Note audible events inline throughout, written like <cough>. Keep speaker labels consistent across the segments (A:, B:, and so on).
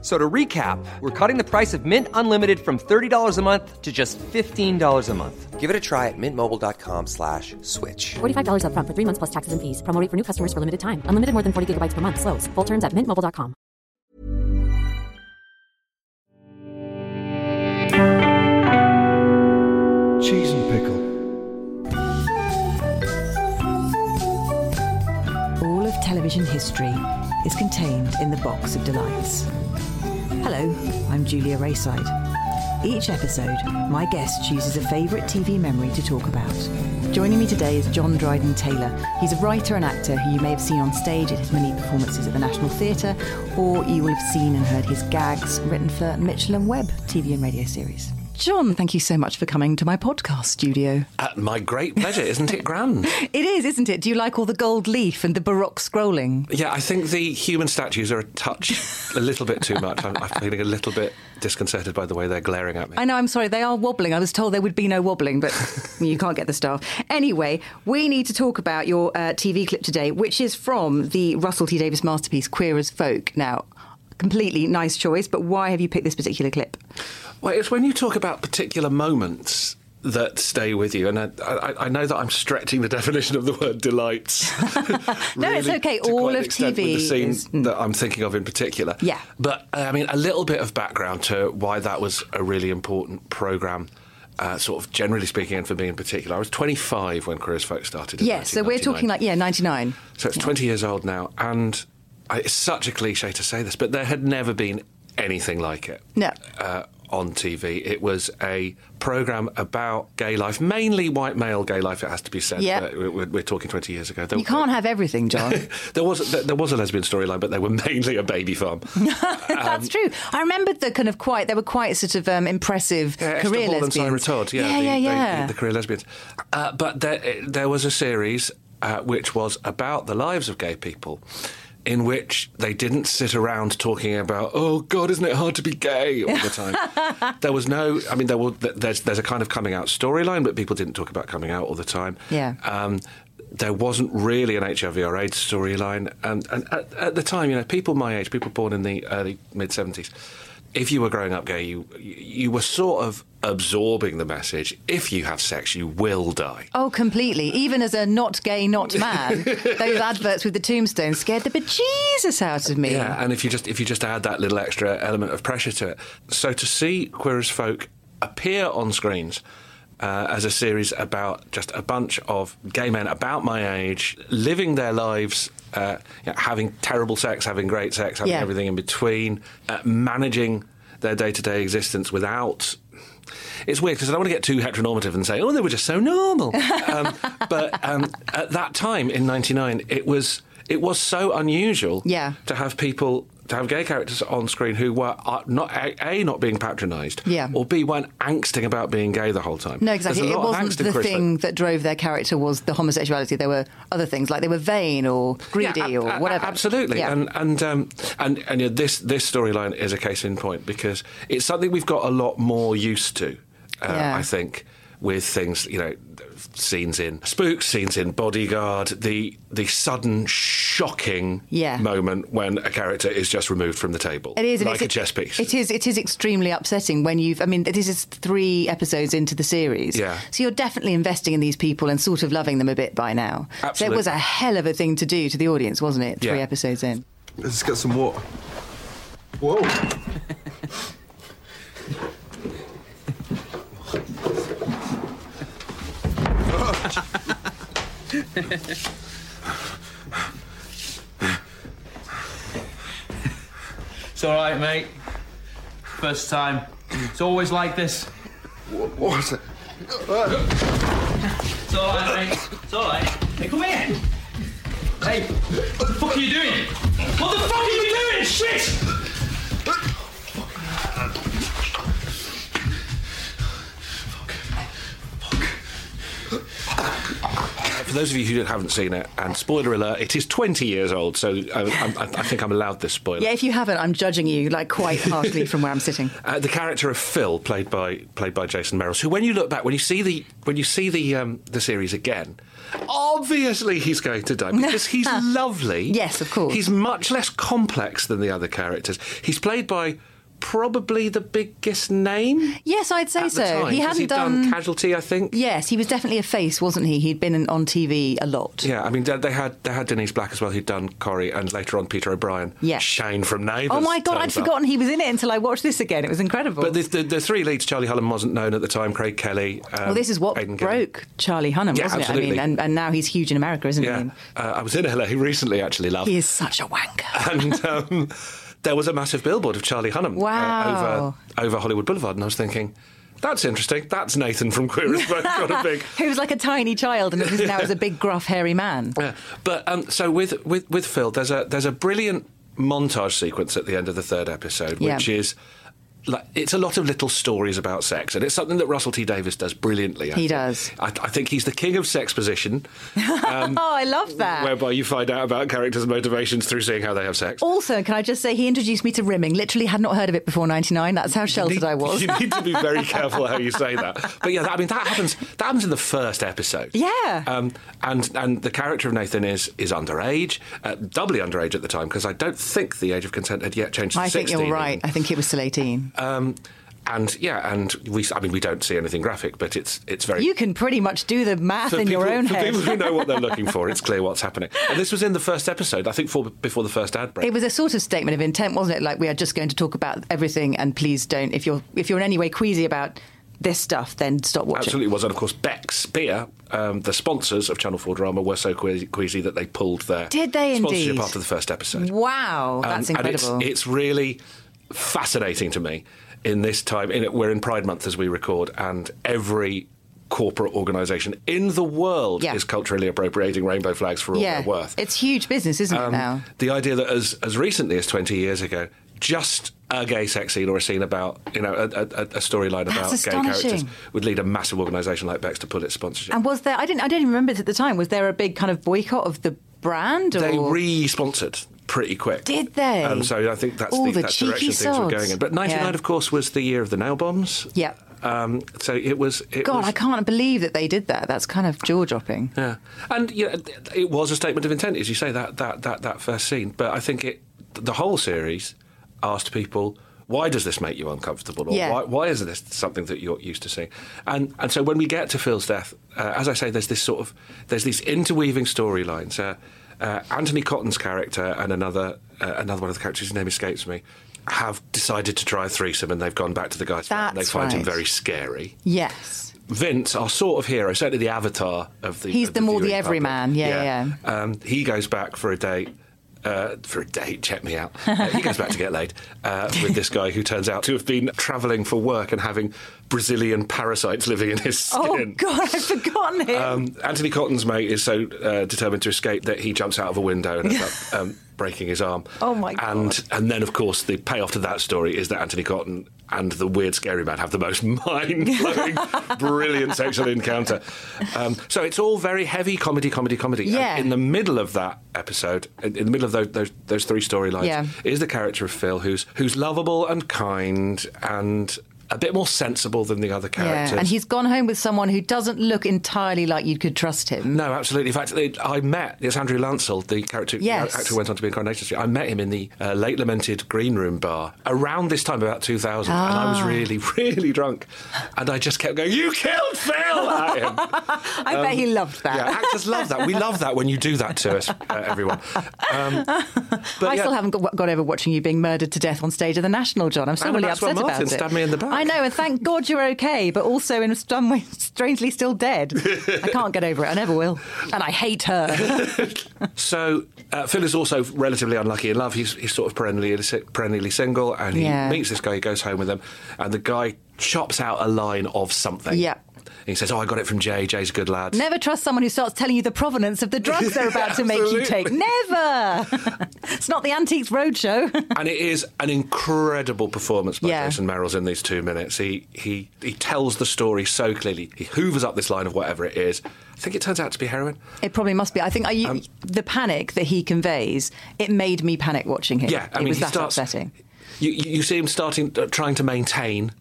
A: So to recap, we're cutting the price of Mint Unlimited from $30 a month to just $15 a month. Give it a try at mintmobile.com slash switch.
B: $45 upfront for three months plus taxes and fees. Promo rate for new customers for limited time. Unlimited more than 40 gigabytes per month. Slows. Full terms at mintmobile.com.
C: Cheese and pickle.
D: All of television history is contained in the box of delights. Hello, I'm Julia Rayside. Each episode, my guest chooses a favourite TV memory to talk about. Joining me today is John Dryden Taylor. He's a writer and actor who you may have seen on stage at his many performances at the National Theatre, or you will have seen and heard his gags written for Mitchell and Webb TV and radio series. John, thank you so much for coming to my podcast studio.
E: At my great pleasure, isn't it grand?
D: It is, isn't it? Do you like all the gold leaf and the Baroque scrolling?
E: Yeah, I think the human statues are a touch, a little bit too much. I'm, I'm feeling a little bit disconcerted by the way they're glaring at me.
D: I know, I'm sorry, they are wobbling. I was told there would be no wobbling,
E: <laughs>
D: but you can't get the staff. Anyway, we need to talk about your uh, TV clip today, which is from the Russell T Davis masterpiece, Queer as Folk. Now, completely nice choice, but why have you picked this particular clip?
E: Well, it's when you talk about particular moments that stay with you, and I, I, I know that I'm stretching the <laughs> definition of the word delights.
D: <laughs> No, it's
E: <laughs> really,
D: okay.
E: to
D: All
E: quite an
D: of
E: extent
D: TV
E: with the scene
D: is- mm.
E: that I'm thinking of in particular.
D: Yeah.
E: but uh, I mean, a little bit of background to why that was a really important program. Uh, sort of generally speaking, and for me in particular, I was 25 when Queer as Folk started. in
D: Yes, so we're
E: 1999.
D: talking like, yeah, 99.
E: So it's 20 years old now, and I, it's such a cliche to say this, but there had never been anything like it.
D: No.
E: Uh, on TV, it was a program about gay life, mainly white male gay life. It has to be said.
D: Yeah.
E: but We're, we're- we're talking 20 years ago. There-
D: You can't have everything, John.
E: <laughs>
D: <laughs>
E: There was there, there was a lesbian storyline, but they were <laughs> mainly a baby farm.
D: That's
E: Um,
D: true. I remembered the kind of quite, they were quite sort of um, impressive career
E: Yeah, Esther Hall
D: lesbians.
E: and Sarah Todd, yeah,
D: yeah,
E: the,
D: yeah.
E: the-
D: yeah.
E: the career lesbians. Uh, but there, eh, there was a series uh, which was about the lives of gay people. In which they didn't sit around talking about, oh God, isn't it hard to be gay all the time?
D: <laughs>
E: there was no, I mean, there were, there's there's a kind of coming out storyline, but people didn't talk about coming out all the time.
D: Yeah.
E: Um, there wasn't really an HIV or AIDS storyline. And, and at, at the time, you know, people my age, people born in the early, mid 70s, if you were growing up gay, you, you were sort of absorbing the message if you have sex, you will die.
D: Oh, completely. Even as a not gay,
E: <laughs>
D: not man, those adverts with the tombstone scared the bejesus out of me.
E: Yeah, and if you just if you just add that little extra element of pressure to it, so to see Queer as Folk appear on screens uh, as a series about just a bunch of gay men about my age living their lives, uh, you know, having terrible sex, having great sex, having
D: Yeah.
E: everything in between, uh, managing their day to day existence without. It's weird because I don't want to get too heteronormative and say, oh, they were just
D: <laughs>
E: so normal. um, but um, at that time in '99, it was it was so unusual
D: Yeah.
E: to have people to have gay characters on screen who were uh, not a, a not being patronised,
D: Yeah.
E: or b weren't angsting about being gay the whole time.
D: No, exactly.
E: There's
D: It
E: a lot of
D: wasn't
E: angst in
D: the
E: Chris,
D: thing that drove their character was the homosexuality. There were other things like they were vain or
E: Yeah,
D: greedy
E: a-
D: or
E: a- a-
D: whatever.
E: Absolutely,
D: Yeah.
E: and and um, and and you know, this this storyline is a case in point because it's something we've got a lot more used to. Uh,
D: Yeah.
E: I think with things you know, scenes in Spooks, scenes in Bodyguard, the the sudden shocking
D: Yeah.
E: moment when a character is just removed from the table.
D: It is and
E: like a
D: it's-
E: chess piece.
D: It is. It is extremely upsetting when you've. I mean, this is three episodes into the series.
E: Yeah.
D: So you're definitely investing in these people and sort of loving them a bit by now. So it
E: Absolutely.
D: was a hell of a thing to do to the audience, wasn't it? Three
E: Yeah.
D: episodes in.
C: Let's get some water. Whoa.
F: It's all right, mate. First time. It's always like this.
C: What was it?
F: It's all right, mate. It's all right. Hey, come here. Hey, what the fuck are you doing? What the fuck are you doing? Shit!
E: For those of you who haven't seen it, and spoiler alert, it is 20 years old, so I, I, I think I'm allowed this spoiler.
D: Yeah, if you haven't, I'm judging you like
E: <laughs>
D: quite harshly from where I'm sitting.
E: Uh, the character of Phil, played by played by Jason Merrill, who, when you look back, when you see the when you see the um, the series again, obviously he's going to die because he's
D: <laughs>
E: lovely.
D: Yes, of course.
E: He's much less complex than the other characters. He's played by probably the biggest name.
D: Yes, I'd say
E: at
D: so.
E: the time,
D: he
E: 'cause
D: hadn't
E: he'd done, Casualty, I think.
D: Yes, he was definitely a face, wasn't he? He'd been in- on TV a lot.
E: Yeah, I mean they they had they had Denise Black as well, who'd done Corrie, and later on Peter O'Brien.
D: Yeah.
E: Shane from Neighbours.
D: Oh my god, I'd
E: turns up.
D: forgotten he was in it until I watched this again. It was incredible.
E: But the, the, the three leads, Charlie Hunnam wasn't known at the time. Craig Kelly. Um,
D: well, this is what
E: Aidan Gillen.
D: broke Charlie Hunnam,
E: Yeah,
D: wasn't it? I
E: absolutely.
D: mean, and, and now he's huge in America, isn't
E: Yeah, uh, I was in LA recently, actually, love.
D: he? He is such a wanker.
E: <laughs> and um, there was a massive billboard of Charlie Hunnam uh,
D: Wow.
E: over over Hollywood Boulevard, and I was thinking, that's interesting. That's Nathan from Queer as Folk on
D: <laughs>
E: a big.
D: Who was like a tiny child and is now is a big gruff hairy
E: <laughs>
D: man.
E: Yeah. But um, so with, with with Phil, there's a there's a brilliant montage sequence at the end of the third episode,
D: Yeah.
E: which is. Like, it's a lot of little stories about sex, and it's something that Russell T Davis does brilliantly. I
D: He
E: think.
D: does.
E: I, I think he's the king of
D: <laughs>
E: sex position, um,
D: oh, I love that.
E: whereby you find out about characters' motivations through seeing how they have sex.
D: also, can I just say he introduced me to rimming. Literally had not heard of it before 99. That's how sheltered
E: need-
D: I was.
E: <laughs> You need to be very careful how you say that. <laughs> But yeah, that, I mean that happens. That happens in the first episode.
D: <laughs> Yeah.
E: Um, and and the character of Nathan is is underage, uh, doubly underage at the time because I don't think the age of consent had yet changed. To
D: I think
E: 16
D: you're right.
E: even.
D: I think it was still 18.
E: Um, and yeah, and we. I mean, we don't see anything graphic, but it's it's very.
D: you can pretty much do the math
E: for
D: in your
E: people-
D: own
E: for
D: head.
E: people who know what they're looking for, it's clear what's happening. And this was in the first episode, I think, for, before the first ad break.
D: It was a sort of statement of intent, wasn't it? Like we are just going to talk about everything, and please don't. If you're if you're in any way queasy about this stuff, then stop watching.
E: Absolutely was. And of course, Beck's beer, um, the sponsors of Channel 4 Drama, were so queasy, queasy that they pulled their
D: Did they
E: sponsorship
D: indeed?
E: after the first episode.
D: Wow,
E: Um,
D: that's
E: and it's-
D: incredible.
E: it's, really fascinating to me in this time. In it, we're in Pride Month as we record, and every corporate organisation in the world
D: Yeah.
E: is culturally appropriating rainbow flags for all
D: yeah,
E: their worth. Um,
D: it's huge business, isn't it? Now,
E: The idea that as as recently as twenty years ago, just a gay sex scene or a scene about you know a, a, a storyline about gay characters
D: astonishing.
E: would lead a massive organisation like Bex to pull its sponsorship.
D: and was there? I didn't. I don't even remember it at the time. Was there a big kind of boycott of the brand? Or?
E: they re-sponsored pretty quick.
D: Did they?
E: Um, so I think that's
D: All
E: the,
D: the
E: that's the direction
D: cheeky
E: things were
D: sods.
E: going in. But ninety nine,
D: Yeah.
E: of course, was the year of the nail bombs.
D: Yeah.
E: Um, so it was. It
D: God,
E: was-
D: I can't believe that they did that. That's kind of jaw dropping.
E: Yeah, and you know, it was a statement of intent, as you say that that that that first scene. But I think it the whole series asked people. Why does this make you uncomfortable? Or
D: Yeah.
E: why, why is this something that you're used to seeing? And and so when we get to Phil's death, uh, as I say, there's this sort of there's these interweaving storylines. Uh, uh, Anthony Cotton's character and another uh, another one of the characters whose name escapes me have decided to try a threesome, and they've gone back to the guy's flat. and They
D: That's
E: find him
D: right.
E: very scary.
D: Yes,
E: Vince, our sort of hero, certainly the avatar of the.
D: He's
E: of
D: the more the
E: viewing
D: everyman,
E: public.
D: yeah,
E: Um, he goes back for a date. Uh, for a date, check
D: <laughs>
E: me out. Uh, he goes back to get laid uh, with this guy who turns out to have been travelling for work and having Brazilian parasites living in his
D: Oh
E: skin.
D: God, I've forgotten him.
E: Um, Anthony Cotton's mate is so uh, determined to escape that he jumps out of a window and
D: <laughs>
E: ends up um, breaking his arm.
D: Oh, my God.
E: And and then of course the payoff to that story is that Anthony Cotton and the weird scary man have the most <laughs> mind-blowing,
D: <laughs>
E: brilliant sexual encounter. Um, so it's all very heavy comedy, comedy, comedy. And
D: Yeah.
E: in the middle of that episode, in in the middle of those those, those three storylines,
D: Yeah.
E: is the character of Phil, who's who's lovable and kind and a bit more sensible than the other characters.
D: and he's gone home with someone who doesn't look entirely like you could trust him.
E: No, absolutely. In fact, they, I met it's Andrew Lancel, the character
D: Yes.
E: the actor who went on to be in Coronation Street. I met him in the uh, late lamented Green Room bar around this time, about 2000, and
D: Ah.
E: I was really, <laughs> really drunk, and I just kept going, "You killed Phil!"
D: <laughs>
E: at him. Um,
D: I bet he loved that.
E: Yeah, actors love that. We love that when you do that to us,
D: <laughs>
E: uh, everyone. Um, but
D: I
E: yeah,
D: still haven't got, got over watching you being murdered to death on stage at the National, John. I'm still
E: Anna
D: really
E: Maxwell
D: upset
E: Martin
D: about it.
E: stabbed me in the back.
D: I know, and
E: <laughs>
D: thank God you're okay, but also in some way, <laughs> strangely still dead. I can't get over it. I never will, and I hate
E: <laughs>
D: her.
E: So uh, Phil is also relatively unlucky in love. He's, he's sort of perennially perennially single, and he
D: Yeah.
E: meets this guy. He goes home with him, and the guy chops out a line of something.
D: Yeah.
E: He says, "Oh, I got it from Jay. Jay's a good lad."
D: Never trust someone who starts telling you the provenance of the drugs they're about to make you take.
E: Absolutely.
D: Never. <laughs> it's not the Antiques Roadshow.
E: and it is an incredible performance by
D: Yeah.
E: Jason Merrills in these two minutes. He he he tells the story so clearly. He hoovers up this line of whatever it is. I think it turns out to be heroin.
D: It probably must be. I think I,
E: Um,
D: the panic that he conveys, it made me panic watching him.
E: Yeah, I
D: it
E: mean,
D: was
E: he
D: that
E: starts.
D: upsetting.
E: You, you you see him starting uh, trying to maintain.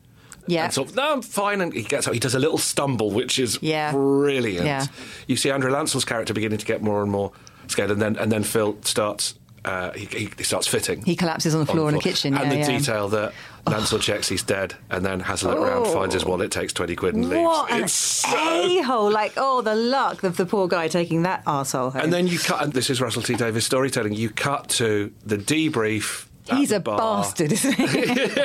D: Yeah.
E: And sort of, no, I'm fine. And he gets up. He does a little stumble, which is
D: Yeah.
E: brilliant.
D: Yeah.
E: You see Andrew Lancell's character beginning to get more and more scared, and then and then Phil starts. Uh, he, he he starts fitting.
D: He collapses on the floor in the kitchen,
E: And
D: yeah,
E: the
D: yeah. Oh.
E: detail that Lancel checks he's dead, and then has a look around, finds his wallet, takes twenty quid, and leaves.
D: What an
E: It's so
D: a-hole. Like, oh, the luck of the poor guy taking that arsehole home.
E: And then you cut, and this is Russell T Davis storytelling, you cut to the debrief. at
D: He's
E: the
D: a
E: bar.
D: bastard, isn't
E: <laughs>
D: he?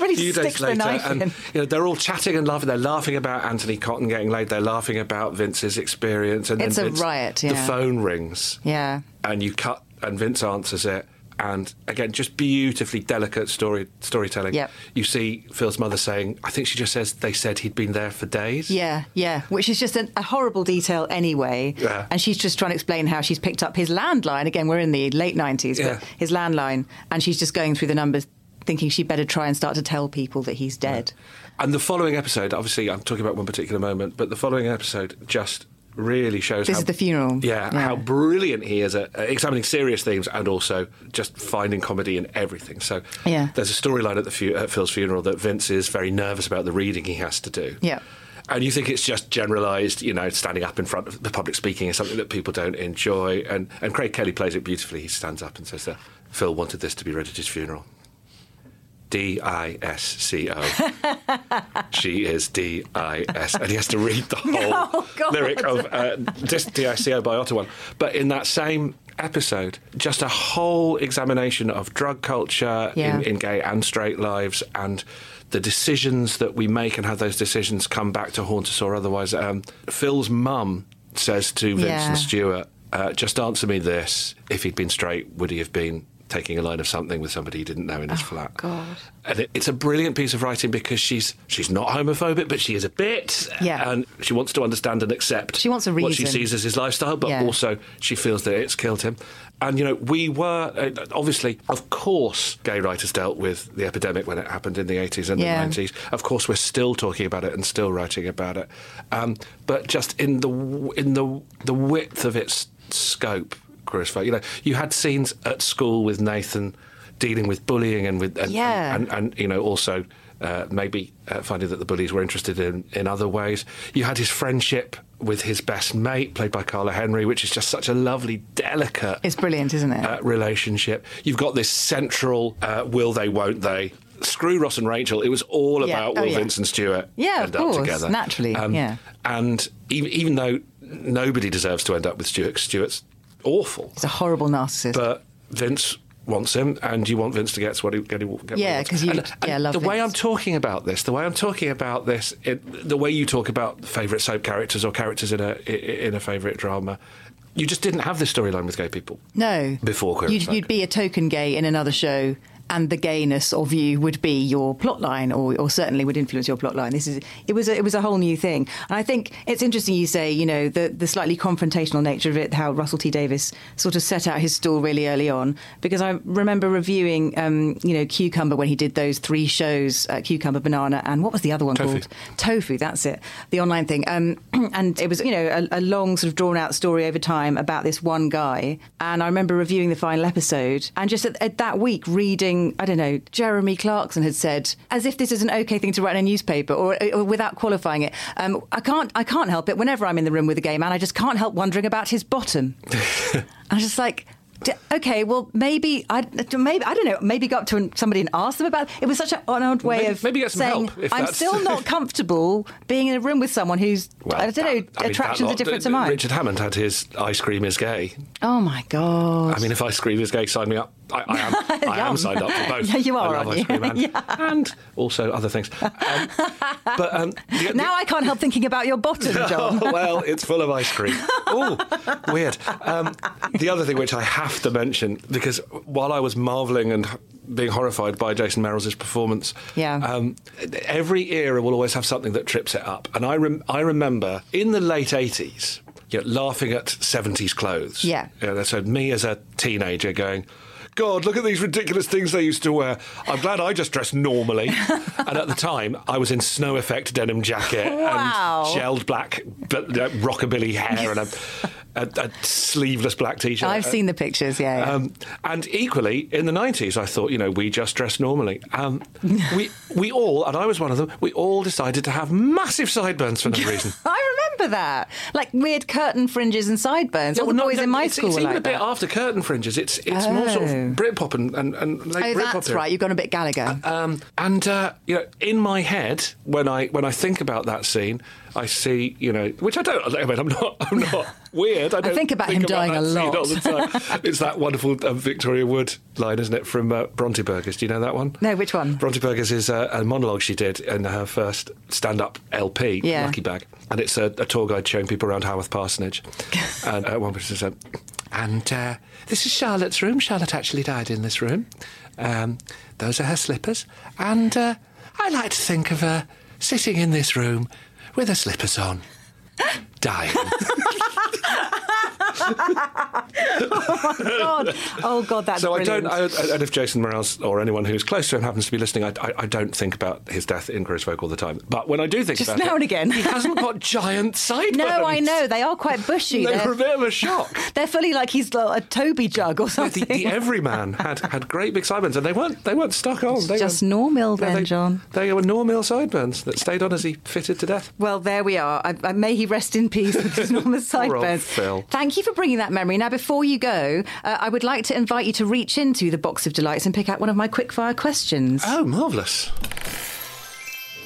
D: Really
E: Few
D: sticks the knife
E: and,
D: in.
E: You know, they're all chatting and laughing. They're laughing about Anthony Cotton getting laid. They're laughing about Vince's experience. And
D: It's a
E: then Vince,
D: riot,
E: The
D: yeah.
E: phone rings.
D: Yeah.
E: And you cut, and Vince answers it. And again, just beautifully delicate story storytelling.
D: Yep.
E: You see Phil's mother saying, I think she just says they said he'd been there for days.
D: Yeah, yeah, which is just an, a horrible detail anyway.
E: Yeah.
D: And she's just trying to explain how she's picked up his landline. Again, we're in the late 90s,
E: Yeah.
D: but his landline, and she's just going through the numbers, thinking she'd better try and start to tell people that he's dead.
E: And the following episode, obviously, I'm talking about one particular moment, but the following episode just really shows
D: This
E: how,
D: is the funeral.
E: Yeah,
D: Yeah.
E: how brilliant he is at uh, examining serious themes and also just finding comedy in everything. So
D: Yeah.
E: there's a storyline at, the fu- at Phil's funeral that Vince is very nervous about the reading he has to do.
D: Yeah.
E: And you think it's just generalised, you know, standing up in front of the public speaking is something that people don't enjoy. And, and Craig Kelly plays it beautifully. He stands up and says that Phil wanted this to be read at his funeral. D I S C O.
D: <laughs>
E: She is D I S, and he has to read the whole
D: <laughs> Oh, God.
E: lyric of uh, just D I C O by Ottawa. But in that same episode, just a whole examination of drug culture
D: Yeah.
E: in, in gay and straight lives, and the decisions that we make, and how those decisions come back to haunt us or otherwise. Um, Phil's mum says to Vincent
D: Yeah.
E: Stewart, uh, "Just answer me this: If he'd been straight, would he have been?" Taking a line of something with somebody he didn't know in his flat.
D: Oh, God.
E: And it, it's a brilliant piece of writing because she's she's not homophobic, but she is a bit.
D: Yeah.
E: And she wants to understand and accept.
D: She wants a
E: What she
D: reason.
E: sees as his lifestyle, but
D: Yeah.
E: also she feels that it's killed him. And you know, we were uh, obviously, of course, gay writers dealt with the epidemic when it happened in the eighties and
D: Yeah.
E: the nineties. Of course, we're still talking about it and still writing about it. Um, but just in the w- in the the width of its scope, Chris, you know, you had scenes at school with Nathan. Dealing with bullying and with and, and-
D: Yeah.
E: and, and you know also uh, maybe uh, finding that the bullies were interested in in other ways. You had his friendship with his best mate, played by Carla Henry, which is just such a lovely, delicate
D: It's brilliant, isn't it?
E: uh, relationship. You've got this central uh, will they, won't they. Screw Ross and Rachel. It was all
D: Yeah.
E: about
D: Oh,
E: will
D: yeah.
E: Vince and Stewart
D: Yeah, of
E: end
D: course.
E: up together Um,
D: Naturally, yeah.
E: And even, even though nobody deserves to end up with Stewart, 'cause Stewart's awful.
D: it's a horrible narcissist.
E: But Vince wants him, and you want Vince to get what he, get, what he- get what he
D: Yeah,
E: wants.
D: 'cause you-
E: And-
D: yeah,
E: and
D: I love
E: the way
D: Vince.
E: I'm talking about this, the way I'm talking about this, it, the way you talk about favourite soap characters or characters in a i- i- in a favourite drama, you just didn't have this storyline with gay people.
D: no.
E: Before Queer as
D: You'd,
E: Folk.
D: you'd be a token gay in another show. And the gayness of you would be your plot line, or, or certainly would influence your plot line. This is it was a, it was a whole new thing, and I think it's interesting you say you know the the slightly confrontational nature of it, how Russell T Davis sort of set out his stall really early on. Because I remember reviewing um, you know Cucumber when he did those three shows, uh, Cucumber Banana, and what was the other one
E: Tofu.
D: called? Tofu, that's it. The online thing. Um, <clears throat> and it was, you know, a, a long sort of drawn out story over time about this one guy. And I remember reviewing the final episode and just at, at that week reading, I don't know, Jeremy Clarkson had said, as if this is an okay thing to write in a newspaper or, or without qualifying it. Um, I can't, I can't help it. Whenever I'm in the room with a gay man, I just can't help wondering about his bottom. I was just like, D- okay, well, maybe I, maybe I don't know, maybe go up to an- somebody and ask them about. It was such an odd way
E: Maybe-
D: of
E: maybe get some
D: saying
E: help, if
D: I'm
E: that's-
D: still
E: <laughs>
D: not comfortable being in a room with someone who's I don't know
E: that- I mean,
D: attractions
E: that
D: are different to
E: lot-
D: mine.
E: Richard Hammond had his ice cream is gay.
D: oh my god!
E: I mean, if ice cream is gay, sign me up. I,
D: <laughs>
E: I am. I am
D: Yum.
E: signed up for
D: <laughs>
E: both.
D: Yeah, you
E: I
D: are,
E: love
D: aren't
E: ice
D: you? <laughs>
E: cream and, and also other things. Um, but um, the- the-
D: now I can't help thinking about your
E: <laughs>
D: bottom, John.
E: Oh, well, it's full of ice cream. Oh, weird. Um, the other thing which I have to mention, because while I was marvelling and being horrified by Jason Merrill's performance.
D: Yeah.
E: Um, every era will always have something that trips it up. And I, rem- I remember in the late 80s, you know, laughing at 70s clothes.
D: Yeah.
E: You know, so me as a teenager going, God, look at these ridiculous things they used to wear. I'm glad I just dressed
D: <laughs>
E: normally. and at the time, I was in snow effect denim jacket
D: Wow.
E: and gelled black but, uh, rockabilly hair and a, a, a sleeveless black t-shirt.
D: I've seen the pictures, yeah. yeah.
E: Um, and equally, in the 90s, I thought, you know, we just dress normally.
D: <laughs>
E: Um, we, we all, and I was one of them, we all decided to have massive sideburns for no reason.
D: I remember that. Like weird curtain fringes and sideburns. <laughs> All the
E: No,
D: boys
E: no,
D: in my
E: it's,
D: school
E: It's
D: were
E: even
D: like
E: a bit
D: that.
E: after curtain fringes. It's it's more sort of
D: Oh.
E: Britpop and and, and late
D: Oh,
E: Britpop
D: that's
E: era.
D: right. You've gone a bit Gallagher.
E: <laughs> Um, and uh, you know, in my head, when I when I think about that scene, I see you know, which I don't. I mean, I'm not
D: <laughs>
E: I'm not weird. I, don't
D: think about him dying
E: that
D: a lot.
E: scene all the time.
D: <laughs>
E: it's that wonderful um, Victoria Wood line, isn't it, from uh, Bronte Burgers? Do you know that one?
D: No, which one?
E: Bronte Burgers is a, a monologue she did in her first stand-up LP,
D: Yeah.
E: Lucky Bag, and it's a, a tour guide showing people around Haworth Parsonage. and uh, one person said, "And uh, this is Charlotte's room. Charlotte actually died in this room. Um, those are her slippers, and uh, I like to think of her sitting in this room with her slippers on, dying."
D: God. Oh, God, that's
E: so I
D: brilliant.
E: don't. I, and if Jason Morales or anyone who's close to him happens to be listening, I, I, I don't think about his death in Chris Folk all the time. But when I do think
D: Just
E: about
D: now
E: it,
D: and again.
E: he
D: <laughs>
E: hasn't got giant sideburns.
D: no, I know. They are quite bushy.
E: They were a
D: They're,
E: bit of a shock.
D: <laughs> they're fully like he's like a Toby jug or
E: No, the,
D: something.
E: the everyman had, had great big sideburns, and they weren't they weren't stuck on. They
D: just
E: were,
D: normal
E: No,
D: then,
E: they,
D: John.
E: They were normal sideburns that stayed on as he fitted to death.
D: Well, there we are. I, I, may he rest in peace with
E: <laughs>
D: his enormous
E: Poor old
D: sideburns.
E: Phil.
D: Thank you for bringing that memory. Now, before you go, uh, I would like to invite you to reach into the box of delights and pick out one of my quickfire questions.
E: Oh, marvellous!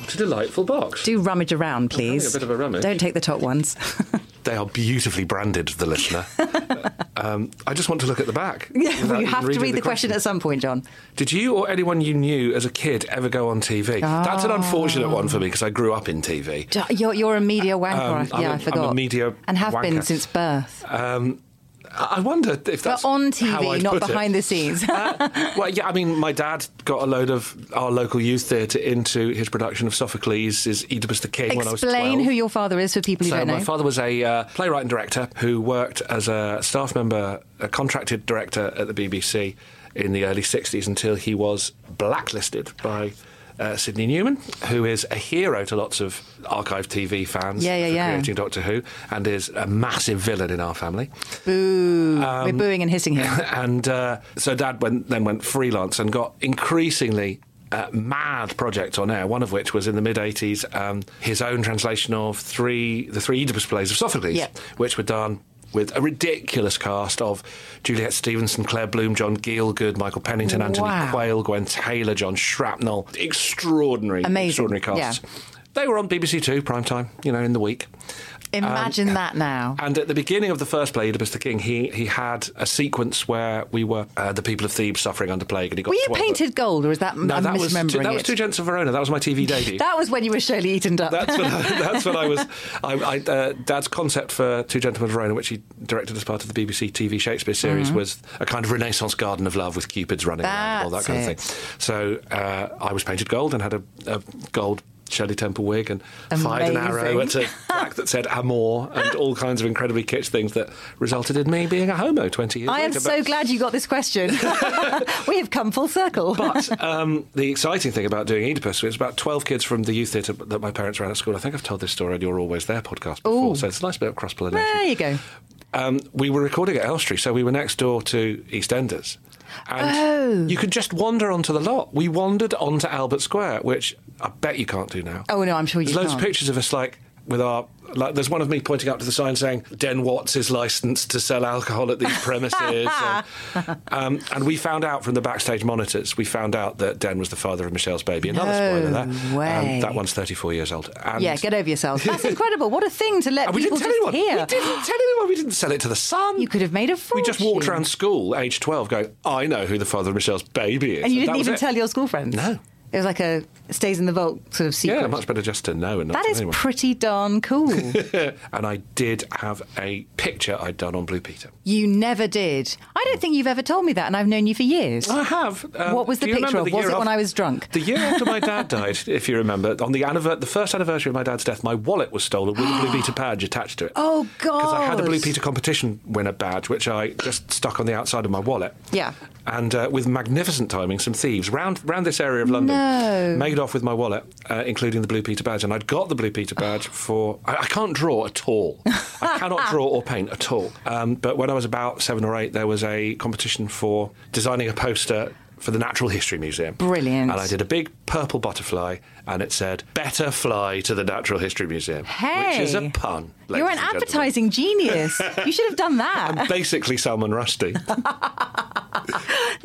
E: What a delightful box.
D: Do rummage around, please.
E: bit of a rummage.
D: Don't take the top ones. <laughs>
E: They are beautifully branded, the listener. um, I just want to look at the back.
D: Yeah, well,
E: without
D: you have to
E: reading
D: read the question at some point, John.
E: Did you or anyone you knew as a kid ever go on TV? That's an unfortunate one
D: Ah.
E: for me because I grew up in TV.
D: D- You're, you're a media wanker.
E: Um,
D: I-
E: I'm
D: yeah,
E: a-
D: I
E: I'm a
D: forgot.
E: media
D: and have been
E: wanker.
D: since birth.
E: Um, I I wonder if that's
D: on
E: how
D: TV,
E: I'd
D: not
E: put it.
D: behind the scenes.
E: <laughs> Uh, well, yeah, I mean, my dad got a load of our local youth theatre into his production of Sophocles' Oedipus the King when I was
D: Explain
E: 12.
D: who your father is for people who
E: oh so
D: don't
E: my
D: know.
E: father was a uh, playwright and director who worked as a staff member, a contracted director at the BBC in the early 60s until he was blacklisted by uh, Sidney Newman, who is a hero to lots of archive TV fans
D: Yeah, yeah,
E: for
D: yeah.
E: creating Doctor Who and is a massive villain in our family
D: Boo. We're booing and hissing
E: <laughs>
D: him.
E: and uh, so dad went, then went freelance and got increasingly uh, mad projects on air. One of which was in the mid '80s, um, his own translation of three the three Oedipus plays of Sophocles,
D: Yep.
E: which were done. With a ridiculous cast of Juliet Stevenson, Claire Bloom, John Gielgud, Michael Pennington, Anthony
D: Wow.
E: Quayle, Gwen Taylor, John Shrapnel. Extraordinary,
D: Amazing,
E: extraordinary casts.
D: yeah.
E: They were on BBC Two prime time, you know, in the week. uh,
D: Imagine that now.
E: And at the beginning of the first play, Oedipus the King, he, he had a sequence where we were uh, the people of Thebes suffering under plague, and he got.
D: Were you
E: 12
D: painted gold, or is that
E: No,
D: I'm
E: that was
D: misremembering
E: two, that
D: it?
E: was two gents of Verona. That was my
D: <laughs>
E: TV debut.
D: That was when you were Shirley Eaton Dutt.
E: That's
D: <laughs>
E: when I, that's when I was. I, I, uh, Dad's concept for Two Gentlemen of Verona, which he directed as part of the BBC TV Shakespeare series,
D: Mm-hmm.
E: was a kind of Renaissance garden of love with cupids running around and all that
D: That's
E: kind of
D: it.
E: thing. So uh, I was painted gold and had a, a gold Shirley Temple wig and fired an arrow at
D: Amazing.
E: a plaque that said "Amour" and all kinds of incredibly kitsch things that resulted in me being a homo twenty years.
D: I am
E: later.
D: so
E: But-
D: glad you got this
E: <laughs>
D: question. <laughs> we have come full circle.
E: but um, the exciting thing about doing Oedipus was about 12 kids from the youth theatre that my parents ran at school. I think I've told this story on You're Always There podcast before, so it's a nice bit of cross pollination.
D: there you go.
E: Um, we were recording at Elstree, so we were next door to EastEnders. And you could just wander onto the lot. We wandered onto Albert Square, which I bet you can't do now.
D: Oh, no, I'm sure you
E: There's loads
D: can't.
E: of pictures of us, like, with our. Like, there's one of me pointing up to the sign saying, Den Watts is licensed to sell alcohol at these
D: <laughs>
E: premises. and, um, and we found out from the backstage monitors, we found out that Den was the father of Michelle's baby. Another spoiler there. Um,
D: No way.
E: that one's 34 years old. And
D: Yeah, get over yourselves.
E: <laughs>
D: That's incredible. What a thing to let
E: and we
D: people
E: didn't tell
D: just
E: anyone.
D: hear.
E: We didn't tell anyone. We didn't sell it to the Sun.
D: You could have made a
E: We just walked
D: fortune.
E: around school, age twelve, going, "I know who the father of Michelle's baby is."
D: And you
E: that
D: didn't
E: was
D: even
E: it.
D: tell your school friends.
E: No.
D: It was like a stays in the vault sort of secret.
E: Yeah, much better just to know and not
D: that
E: to
D: is
E: anyone.
D: pretty darn cool.
E: <laughs> and I did have a picture I'd done on Blue Peter.
D: you never did. I don't think you've ever told me that, and I've known you for years.
E: I have. Um,
D: What was the
E: do you
D: picture
E: remember
D: of?
E: the
D: Was
E: year
D: it when
E: af-
D: I was drunk?
E: The year after my dad died, if you remember, on the anniver- the first anniversary of my dad's death, my wallet was stolen with a
D: <gasps>
E: Blue Peter badge attached to it.
D: Oh,
E: Because I had a
D: God.
E: Blue Peter competition winner badge, which I just stuck on the outside of my wallet.
D: Yeah.
E: And uh, with magnificent timing, some thieves round round this area of London
D: No.
E: made off with my wallet, uh, including the Blue Peter badge. And I'd got the Blue
D: <sighs>
E: Peter badge for I, I can't draw at all. I
D: <laughs>
E: cannot draw or paint at all. Um, but when I was about seven or eight, there was a competition for designing a poster. For the Natural History Museum.
D: Brilliant.
E: And I did a big purple butterfly and it said, Better fly to the Natural History Museum.
D: Hey,
E: Which is a pun.
D: You're an
E: ladies and gentlemen.
D: advertising genius. You should have done
E: <laughs>
D: that.
E: Basically, Salman Rushdie.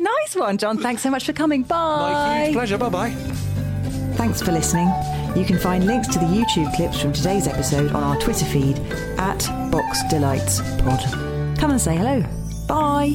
D: <laughs> nice one, John. Thanks so much for coming. Bye.
E: My huge pleasure. Bye bye.
G: Thanks for listening. You can find links to the YouTube clips from today's episode on our Twitter feed at Box Delights Pod. Come and say hello. Bye.